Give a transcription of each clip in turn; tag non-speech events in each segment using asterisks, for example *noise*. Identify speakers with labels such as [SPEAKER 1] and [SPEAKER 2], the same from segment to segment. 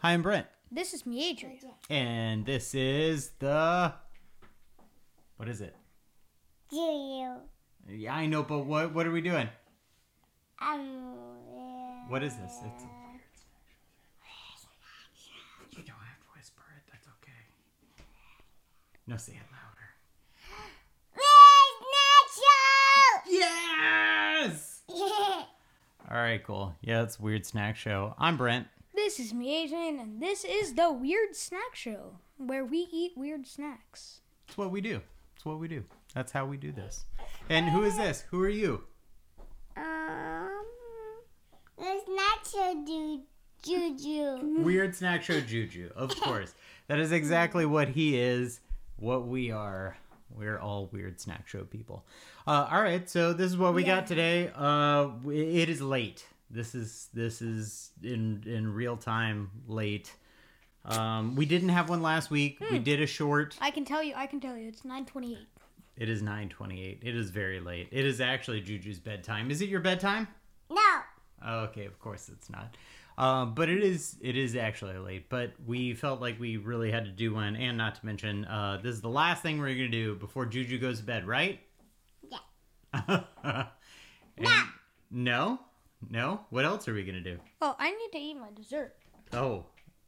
[SPEAKER 1] Hi, I'm Brent,
[SPEAKER 2] This is me, Adrian.
[SPEAKER 1] and this is the. What is it?
[SPEAKER 3] Do you?
[SPEAKER 1] Yeah, I know, but what what are we doing?
[SPEAKER 3] Um.
[SPEAKER 1] What is this? It's. You don't have to whisper it. That's okay. No, say it louder. *laughs* Yes. All right, cool. Yeah, it's weird snack show. I'm Brent.
[SPEAKER 2] This is me, Adrian, and this is the Weird Snack Show, where we eat weird snacks.
[SPEAKER 1] It's what we do. It's what we do. That's how we do this. And who is this? Who are you?
[SPEAKER 3] Um. Let's not show do juju.
[SPEAKER 1] Weird Snack Show Juju, of course. That is exactly what he is, what we are. We're all weird snack show people. Uh, all right, so this is what we got today. Uh, w- it is late. This is this is in in real time late. Um, we didn't have one last week. We did a short.
[SPEAKER 2] I can tell you, I can tell you, it's 9:28.
[SPEAKER 1] It is nine twenty eight. It is very late. It is actually Juju's bedtime. Is it your bedtime?
[SPEAKER 3] No.
[SPEAKER 1] Oh, okay, of course it's not. Um, but it is it is actually late. But we felt like we really had to do one, and not to mention, uh, this is the last thing we're gonna do before Juju goes to bed, right? *laughs* Yeah. no, no. What else are we gonna do?
[SPEAKER 2] Oh, I need to eat my dessert.
[SPEAKER 1] Oh,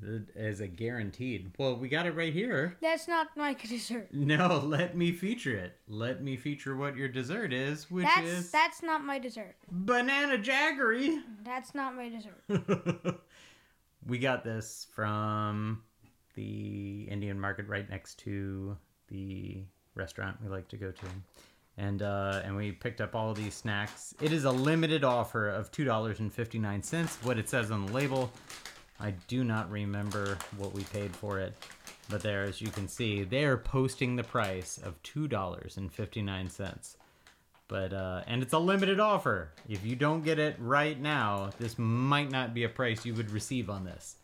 [SPEAKER 1] th- as a guaranteed. Well, we got it right here.
[SPEAKER 2] That's not my *laughs* dessert.
[SPEAKER 1] No, let me feature it. Let me feature what your dessert is, which
[SPEAKER 2] That's
[SPEAKER 1] is
[SPEAKER 2] that's not my dessert.
[SPEAKER 1] banana jaggery.
[SPEAKER 2] That's not my dessert.
[SPEAKER 1] *laughs* we got this from the Indian market right next to the restaurant we like to go to. And uh, and we picked up all these snacks. It is a limited offer of two dollars and fifty nine cents. What it says on the label, I do not remember what we paid for it, but there, as you can see, they are posting the price of two dollars and fifty nine cents but uh, and it's a limited offer. If you don't get it right now, this might not be a price you would receive on this.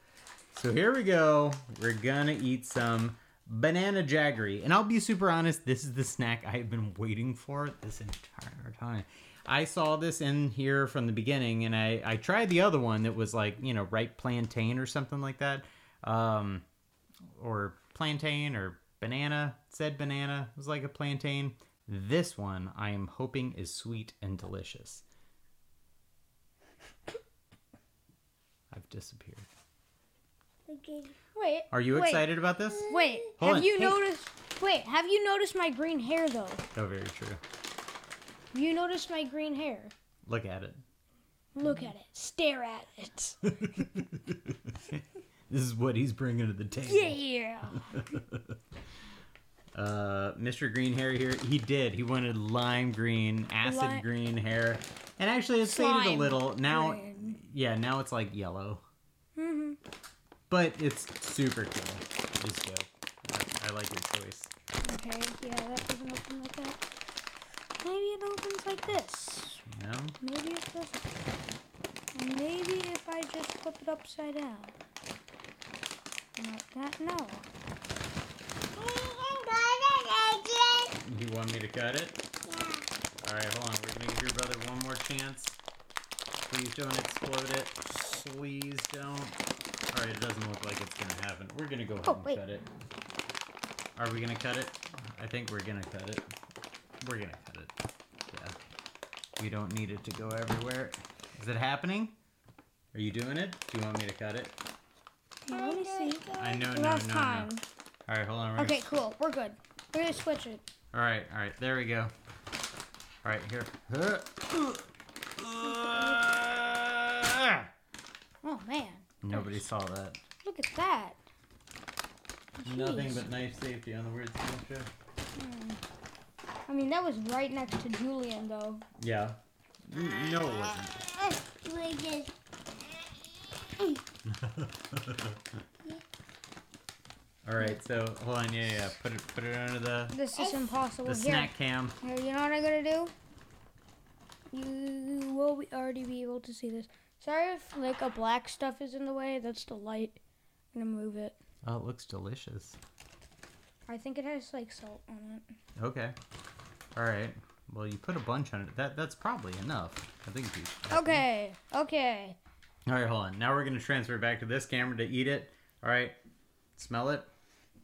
[SPEAKER 1] So here we go. We're gonna eat some banana jaggery, and I'll be super honest. This is the snack I have been waiting for this entire time. I saw this in here from the beginning, and I I tried the other one that was like you know ripe plantain or something like that, um, or plantain or banana. It Said banana it was like a plantain. This one I am hoping is sweet and delicious. I've disappeared.
[SPEAKER 3] Okay.
[SPEAKER 2] Wait.
[SPEAKER 1] Are you
[SPEAKER 2] wait,
[SPEAKER 1] excited about this?
[SPEAKER 2] Wait.
[SPEAKER 1] Hold
[SPEAKER 2] have
[SPEAKER 1] on,
[SPEAKER 2] you
[SPEAKER 1] hey.
[SPEAKER 2] noticed? Wait. Have you noticed my green hair though?
[SPEAKER 1] Oh, very true.
[SPEAKER 2] You noticed my green hair.
[SPEAKER 1] Look at it.
[SPEAKER 2] Look at it. Stare at it.
[SPEAKER 1] This is what he's bringing to the table.
[SPEAKER 2] Yeah.
[SPEAKER 1] Uh, Mr. Green Hair here. He did. He wanted lime green, acid
[SPEAKER 2] Lime-
[SPEAKER 1] green hair, and actually it's faded a
[SPEAKER 2] Slime
[SPEAKER 1] little now.
[SPEAKER 2] green.
[SPEAKER 1] Yeah, now it's like yellow.
[SPEAKER 2] Mhm.
[SPEAKER 1] But it's super cool. It's dope. I- I like your choice.
[SPEAKER 2] Okay, yeah, that doesn't open like that. Maybe it opens like this.
[SPEAKER 1] You know?
[SPEAKER 2] Maybe it doesn't. Maybe if I just flip it upside down. Like that? No.
[SPEAKER 1] You want me to cut it? All right, hold on. We're gonna give your brother one more chance. Please don't explode it. Please don't. All right, it doesn't look like it's gonna happen. We're gonna go ahead
[SPEAKER 2] Oh,
[SPEAKER 1] and
[SPEAKER 2] wait.
[SPEAKER 1] cut it. Are we gonna cut it? I think we're gonna cut it. We're gonna cut it. Yeah. We don't need it to go everywhere. Is it happening? Are you doing it? Do you want me to cut it?
[SPEAKER 2] Now, let me see.
[SPEAKER 1] I know, no,
[SPEAKER 2] Last
[SPEAKER 1] no,
[SPEAKER 2] time.
[SPEAKER 1] no. All right, hold on. We're
[SPEAKER 2] Okay, cool. We're good. We're gonna switch it.
[SPEAKER 1] All right, all right, there we go. All right, *laughs* here.
[SPEAKER 2] Oh man,
[SPEAKER 1] Nobody saw that.
[SPEAKER 2] look at that.
[SPEAKER 1] Nothing
[SPEAKER 2] Jeez.
[SPEAKER 1] but knife safety on the Weird Science Show.
[SPEAKER 2] I mean, that was right next to Julian though.
[SPEAKER 1] Yeah. No, it wasn't.
[SPEAKER 3] We just.
[SPEAKER 1] *laughs* All right, so hold on, yeah, yeah, put it, put it under the
[SPEAKER 2] This is impossible.
[SPEAKER 1] the
[SPEAKER 2] Here.
[SPEAKER 1] snack cam.
[SPEAKER 2] Here, You know what I'm gonna do? You will be- already be able to see this. Sorry if like a black stuff is in the way. That's the light. I'm gonna move it.
[SPEAKER 1] Oh, it looks delicious.
[SPEAKER 2] I think it has like salt on it.
[SPEAKER 1] Okay. All right. Well, you put a bunch on it. That that's probably enough. I think you.
[SPEAKER 2] Okay, okay.
[SPEAKER 1] All right, hold on. Now we're gonna transfer back to this camera to eat it. All right, smell it.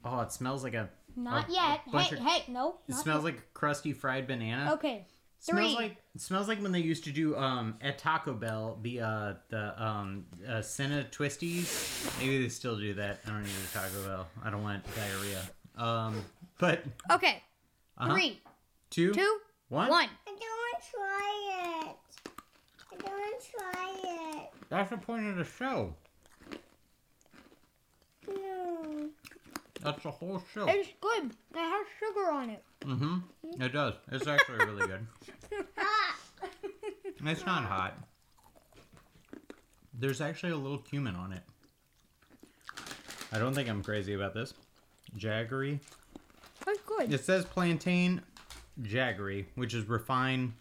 [SPEAKER 1] Oh, it smells like a.
[SPEAKER 2] Not
[SPEAKER 1] Oh,
[SPEAKER 2] yet.
[SPEAKER 1] bunch
[SPEAKER 2] Hey,
[SPEAKER 1] of-
[SPEAKER 2] hey, no.
[SPEAKER 1] It
[SPEAKER 2] not
[SPEAKER 1] smells
[SPEAKER 2] yet.
[SPEAKER 1] like crusty fried banana.
[SPEAKER 2] Okay.
[SPEAKER 1] Smells
[SPEAKER 2] three.
[SPEAKER 1] like it smells like when they used to do um at Taco Bell the uh the um uh, Senna twisties. Maybe they still do that. I don't need a Taco Bell. I don't want diarrhea. Um, but
[SPEAKER 2] Okay.
[SPEAKER 1] uh-huh.
[SPEAKER 2] Three,
[SPEAKER 1] two,
[SPEAKER 2] two,
[SPEAKER 1] one.
[SPEAKER 2] one.
[SPEAKER 3] I don't want to try it. I don't want to try it.
[SPEAKER 1] That's the point of the show.
[SPEAKER 3] No.
[SPEAKER 1] That's the whole show.
[SPEAKER 2] It's good. It has sugar on it.
[SPEAKER 1] Mm-hmm. It does. It's actually really good.
[SPEAKER 3] Ah,
[SPEAKER 1] It's not hot. There's actually a little cumin on it. I don't think I'm crazy about this. Jaggery.
[SPEAKER 2] It's good.
[SPEAKER 1] It says plantain jaggery, which is refined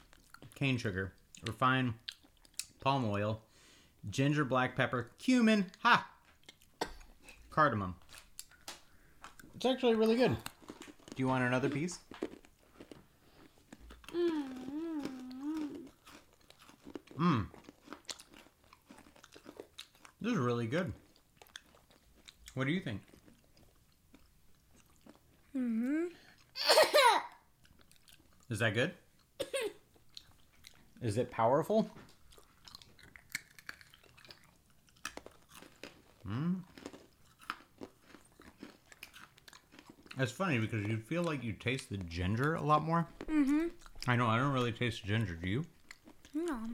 [SPEAKER 1] cane sugar, refined palm oil, ginger, black pepper, cumin, ha, cardamom. It's actually really good. Do you want another piece?
[SPEAKER 3] Mm-hmm.
[SPEAKER 1] Mmm. This is really good. What do you think?
[SPEAKER 2] Mm-hmm.
[SPEAKER 1] Is that good? *coughs* Is it powerful? Mm. It's funny because you feel like you taste the ginger a lot more.
[SPEAKER 2] Mm-hmm.
[SPEAKER 1] I know I don't really taste ginger. Do you?
[SPEAKER 2] No. I'm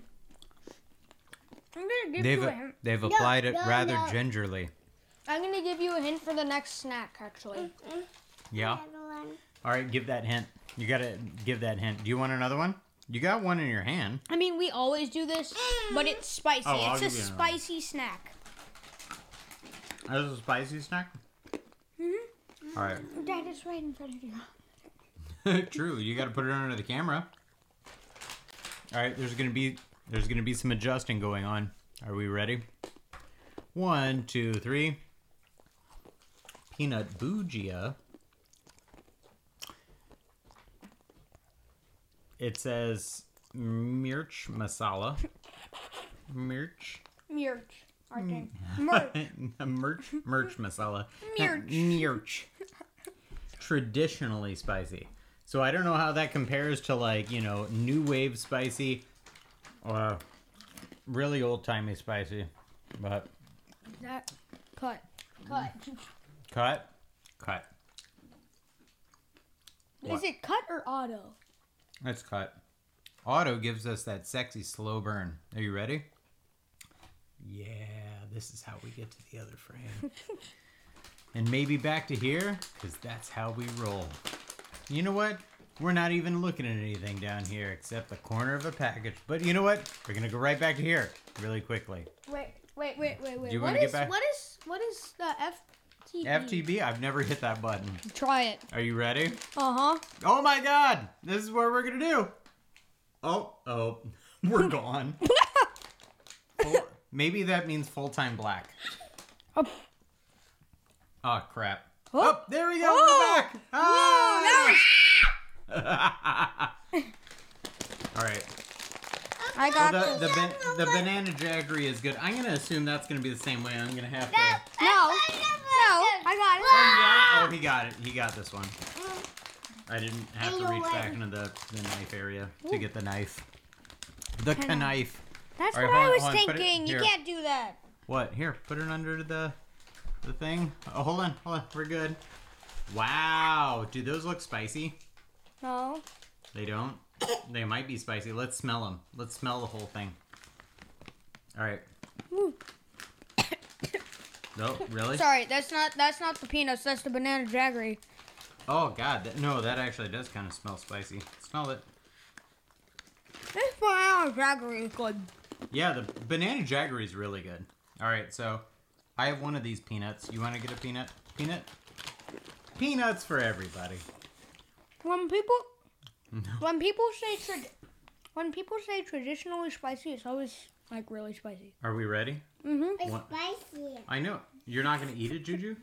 [SPEAKER 2] gonna give
[SPEAKER 1] They've
[SPEAKER 2] you a hint.
[SPEAKER 1] they've applied it
[SPEAKER 3] no,
[SPEAKER 1] rather
[SPEAKER 3] no.
[SPEAKER 1] gingerly.
[SPEAKER 2] I'm gonna give you a hint for the next snack, actually.
[SPEAKER 3] Mm-hmm.
[SPEAKER 1] Yeah.
[SPEAKER 3] another one.
[SPEAKER 1] All right, give that hint. You gotta give that hint. Do you want another one? You got one in your hand.
[SPEAKER 2] I mean, we always do this, but it's spicy.
[SPEAKER 1] Oh, I'll
[SPEAKER 2] it's a
[SPEAKER 1] give you another one.
[SPEAKER 2] spicy snack.
[SPEAKER 1] That was a spicy snack. Mm-hmm. All right. *laughs*
[SPEAKER 2] Dad is right in front of you.
[SPEAKER 1] True. You got to put it under the camera. All right. There's gonna be there's gonna be some adjusting going on. Are we ready? One, two, three. Peanut Bougia. It says mirch masala. Mirch.
[SPEAKER 2] Mirch. I think. Mirch. *laughs*
[SPEAKER 1] *laughs* merch merch masala.
[SPEAKER 2] Mirch.
[SPEAKER 1] *laughs* Mirch. Traditionally spicy. So I don't know how that compares to like, you know, new wave spicy or really old timey spicy. But
[SPEAKER 2] That cut. Cut.
[SPEAKER 1] cut. Cut.
[SPEAKER 2] Is
[SPEAKER 1] What?
[SPEAKER 2] it cut or auto?
[SPEAKER 1] Let's cut. Auto gives us that sexy slow burn. Are you ready? Yeah, this is how we get to the other frame. and maybe back to here, because that's how we roll. You know what? We're not even looking at anything down here except the corner of a package. But you know what? We're going to go right back to here really quickly.
[SPEAKER 2] Wait, wait, wait, wait, wait.
[SPEAKER 1] you
[SPEAKER 2] What
[SPEAKER 1] wanna get
[SPEAKER 2] is,
[SPEAKER 1] back-
[SPEAKER 2] what is what is the FTB?
[SPEAKER 1] FTB, I've never hit that button.
[SPEAKER 2] Try it.
[SPEAKER 1] Are you ready?
[SPEAKER 2] Uh huh.
[SPEAKER 1] Oh my god! This is what we're gonna do. Oh, oh,
[SPEAKER 2] *laughs*
[SPEAKER 1] we're gone. Full- maybe that means full time black.
[SPEAKER 2] Oh.
[SPEAKER 1] Oh crap.
[SPEAKER 2] Oh.
[SPEAKER 1] Oh, there we go.
[SPEAKER 2] Oh.
[SPEAKER 1] We're back. Hi. Ah. *laughs* All right.
[SPEAKER 2] I got
[SPEAKER 1] Well, the the,
[SPEAKER 2] this.
[SPEAKER 1] ban- the banana jaggery is good. I'm gonna assume that's gonna be the same way. I'm gonna have to.
[SPEAKER 2] No, no, I
[SPEAKER 1] Oh, he got it. He got this one. I didn't have to reach back into the, the knife area to get the knife. The knife.
[SPEAKER 2] got it. That's
[SPEAKER 1] All right, hold
[SPEAKER 2] what I
[SPEAKER 1] on,
[SPEAKER 2] was
[SPEAKER 1] hold on, put it
[SPEAKER 2] thinking. You
[SPEAKER 1] here.
[SPEAKER 2] can't do that.
[SPEAKER 1] What? Here, put it under the the thing. Oh, hold on, hold on. We're good. Wow, do those look spicy?
[SPEAKER 2] No.
[SPEAKER 1] They don't. They might be spicy. Let's smell them. Let's smell the whole thing. All right. *coughs*
[SPEAKER 2] Ooh.
[SPEAKER 1] No, really?
[SPEAKER 2] Sorry, that's not that's not the peanuts. That's the banana jaggery.
[SPEAKER 1] Oh God, that, no, that actually does kind of smell spicy. Smell it.
[SPEAKER 2] This banana jaggery is good.
[SPEAKER 1] Yeah, the banana jaggery is really good. All right, so I have one of these peanuts. You want to get a peanut? Peanut? Peanuts for everybody.
[SPEAKER 2] When people when people say trad- when people say traditionally spicy, it's always like really spicy.
[SPEAKER 1] Are we ready?
[SPEAKER 2] Mm-hmm.
[SPEAKER 3] It's
[SPEAKER 1] What?
[SPEAKER 3] spicy.
[SPEAKER 1] I know. You're not going to eat it, Juju?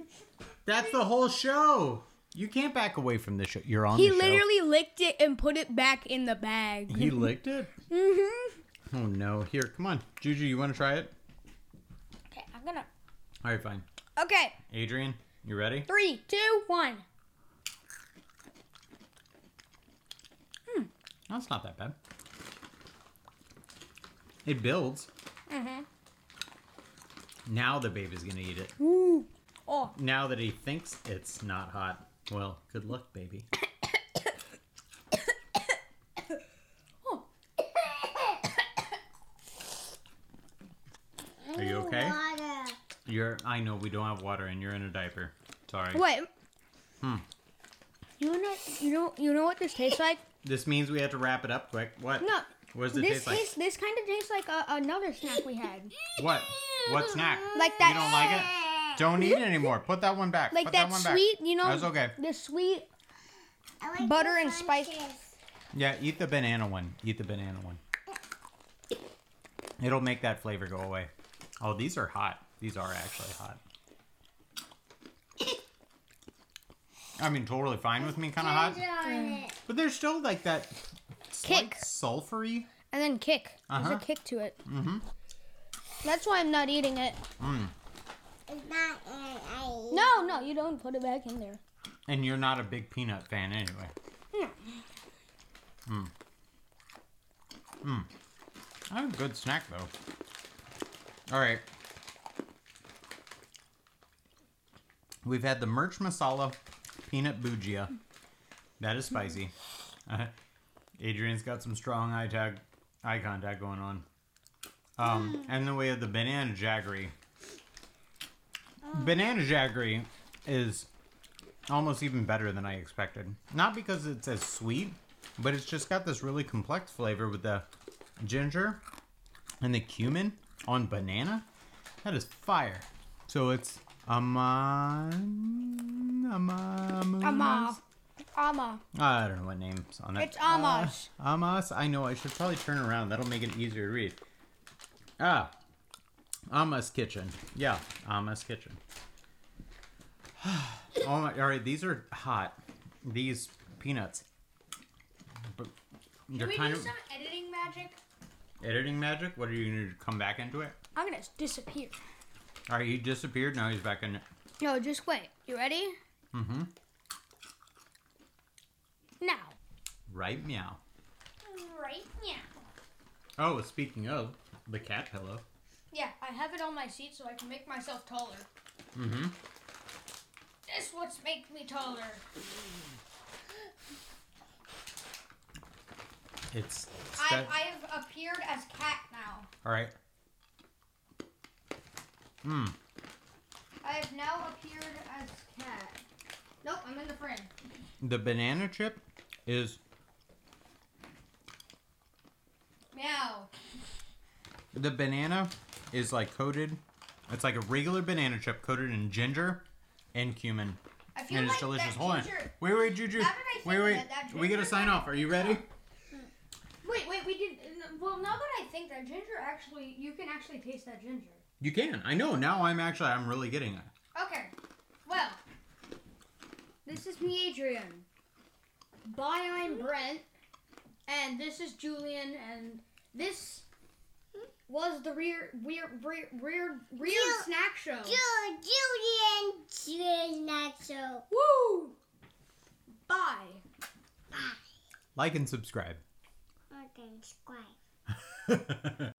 [SPEAKER 1] That's the whole show. You can't back away from the show. You're on
[SPEAKER 2] He
[SPEAKER 1] the show.
[SPEAKER 2] literally licked it and put it back in the bag.
[SPEAKER 1] He licked it?
[SPEAKER 2] Mm-hmm.
[SPEAKER 1] Oh, no. Here, come on. Juju, you want to try it?
[SPEAKER 2] gonna.
[SPEAKER 1] All right, fine.
[SPEAKER 2] Okay,
[SPEAKER 1] Adrian, you ready?
[SPEAKER 2] three, two, one.
[SPEAKER 1] That's not that bad. It builds.
[SPEAKER 2] Mm-hmm.
[SPEAKER 1] Now the baby's gonna eat it.
[SPEAKER 2] Ooh. Oh,
[SPEAKER 1] Now that he thinks it's not hot. Well, good luck,
[SPEAKER 2] *coughs*
[SPEAKER 1] baby. Are you okay?
[SPEAKER 3] Water.
[SPEAKER 1] You're. I know we don't have water, and you're in a diaper. Sorry.
[SPEAKER 2] wait.
[SPEAKER 1] Hmm.
[SPEAKER 2] You know, you know, you know what this tastes like?
[SPEAKER 1] This means we have to wrap it up quick. What?
[SPEAKER 2] No,
[SPEAKER 1] What does it
[SPEAKER 2] this
[SPEAKER 1] taste like?
[SPEAKER 2] tastes, this kind of tastes like a, another snack we had,
[SPEAKER 1] What? What
[SPEAKER 2] *laughs*
[SPEAKER 1] snack?
[SPEAKER 2] like
[SPEAKER 1] You don't
[SPEAKER 2] that,
[SPEAKER 1] like it? Don't eat it anymore. Put that one back.
[SPEAKER 2] like
[SPEAKER 1] Put
[SPEAKER 2] that,
[SPEAKER 1] one back.
[SPEAKER 2] sweet, you know,
[SPEAKER 1] That's okay.
[SPEAKER 2] the sweet.
[SPEAKER 3] I like
[SPEAKER 2] Butter
[SPEAKER 3] the
[SPEAKER 2] and
[SPEAKER 3] fun
[SPEAKER 2] spice.
[SPEAKER 3] kiss.
[SPEAKER 1] Yeah, eat the banana one. Eat the banana one. It'll make that flavor go away. Oh, these are hot. These are actually hot. I mean, totally fine with me, kind of hot.
[SPEAKER 3] Ginger on
[SPEAKER 2] Mm.
[SPEAKER 3] it.
[SPEAKER 1] But there's still like that slight
[SPEAKER 2] Kick.
[SPEAKER 1] sulfury.
[SPEAKER 2] and then kick.
[SPEAKER 1] Uh-huh.
[SPEAKER 2] There's a kick to it. Mm-hmm. That's why I'm not eating it.
[SPEAKER 3] It's not in I eat.
[SPEAKER 2] No, no, you don't put it back in there.
[SPEAKER 1] And you're not a big peanut fan anyway. Hmm. Mmm. Mmm. That's a good snack though. All right. We've had the merch masala peanut bujia. That is spicy. Uh, Adrian's got some strong eye tag, eye contact going on. Um, and then we have the banana jaggery. Banana jaggery is almost even better than I expected. Not because it's as sweet, but it's just got this really complex flavor with the ginger and the cumin on banana. That is fire. So it's Aman. Ama,
[SPEAKER 2] Ama. Ama.
[SPEAKER 1] I don't know what name's on it.
[SPEAKER 2] It's Amas.
[SPEAKER 1] Uh, Amas. I know. I should probably turn around. That'll make it easier to read. Ah, Amas Kitchen. Yeah, Amas Kitchen. *sighs* oh my! All right, these are hot. These peanuts. But they're kind of
[SPEAKER 2] editing magic?
[SPEAKER 1] editing magic. What are you gonna do? Come back into it?
[SPEAKER 2] I'm gonna disappear.
[SPEAKER 1] All right, he disappeared. Now he's back in it.
[SPEAKER 2] No, just wait. You ready?
[SPEAKER 1] Mm-hmm.
[SPEAKER 2] Now.
[SPEAKER 1] Right meow.
[SPEAKER 2] Right now.
[SPEAKER 1] Oh, speaking of the cat pillow.
[SPEAKER 2] Yeah, I have it on my seat so I can make myself taller.
[SPEAKER 1] Mm-hmm.
[SPEAKER 2] This what's make me taller.
[SPEAKER 1] It's.
[SPEAKER 2] I,
[SPEAKER 1] sta-
[SPEAKER 2] I have appeared as cat now.
[SPEAKER 1] All right. Mm.
[SPEAKER 2] I have now appeared as cat. Nope, I'm in the frame.
[SPEAKER 1] The banana chip is
[SPEAKER 2] Meow.
[SPEAKER 1] the banana is like coated. It's like a regular banana chip coated in ginger and cumin.
[SPEAKER 2] I feel
[SPEAKER 1] And it's
[SPEAKER 2] like
[SPEAKER 1] delicious.
[SPEAKER 2] that
[SPEAKER 1] Hold on.
[SPEAKER 2] ginger-
[SPEAKER 1] Wait, wait, Juju.
[SPEAKER 2] How did I think
[SPEAKER 1] Wait,
[SPEAKER 2] of
[SPEAKER 1] wait.
[SPEAKER 2] that? That
[SPEAKER 1] We gotta
[SPEAKER 2] ginger
[SPEAKER 1] sign off. Are you ready?
[SPEAKER 2] Wait, wait, we did. Well, now that I think that ginger actually, you can actually taste that ginger.
[SPEAKER 1] You can. I know. Now I'm actually. I'm really getting it.
[SPEAKER 2] Okay. Well, this is me, Adrian. Bye, I'm Brent. And this is Julian. And this was the rear, weird, weird, weird, weird
[SPEAKER 3] Ju-
[SPEAKER 2] snack show.
[SPEAKER 3] Ju- Julian Julian Nacho.
[SPEAKER 2] Woo! Bye.
[SPEAKER 1] Like and subscribe.
[SPEAKER 3] Okay, squat.
[SPEAKER 1] All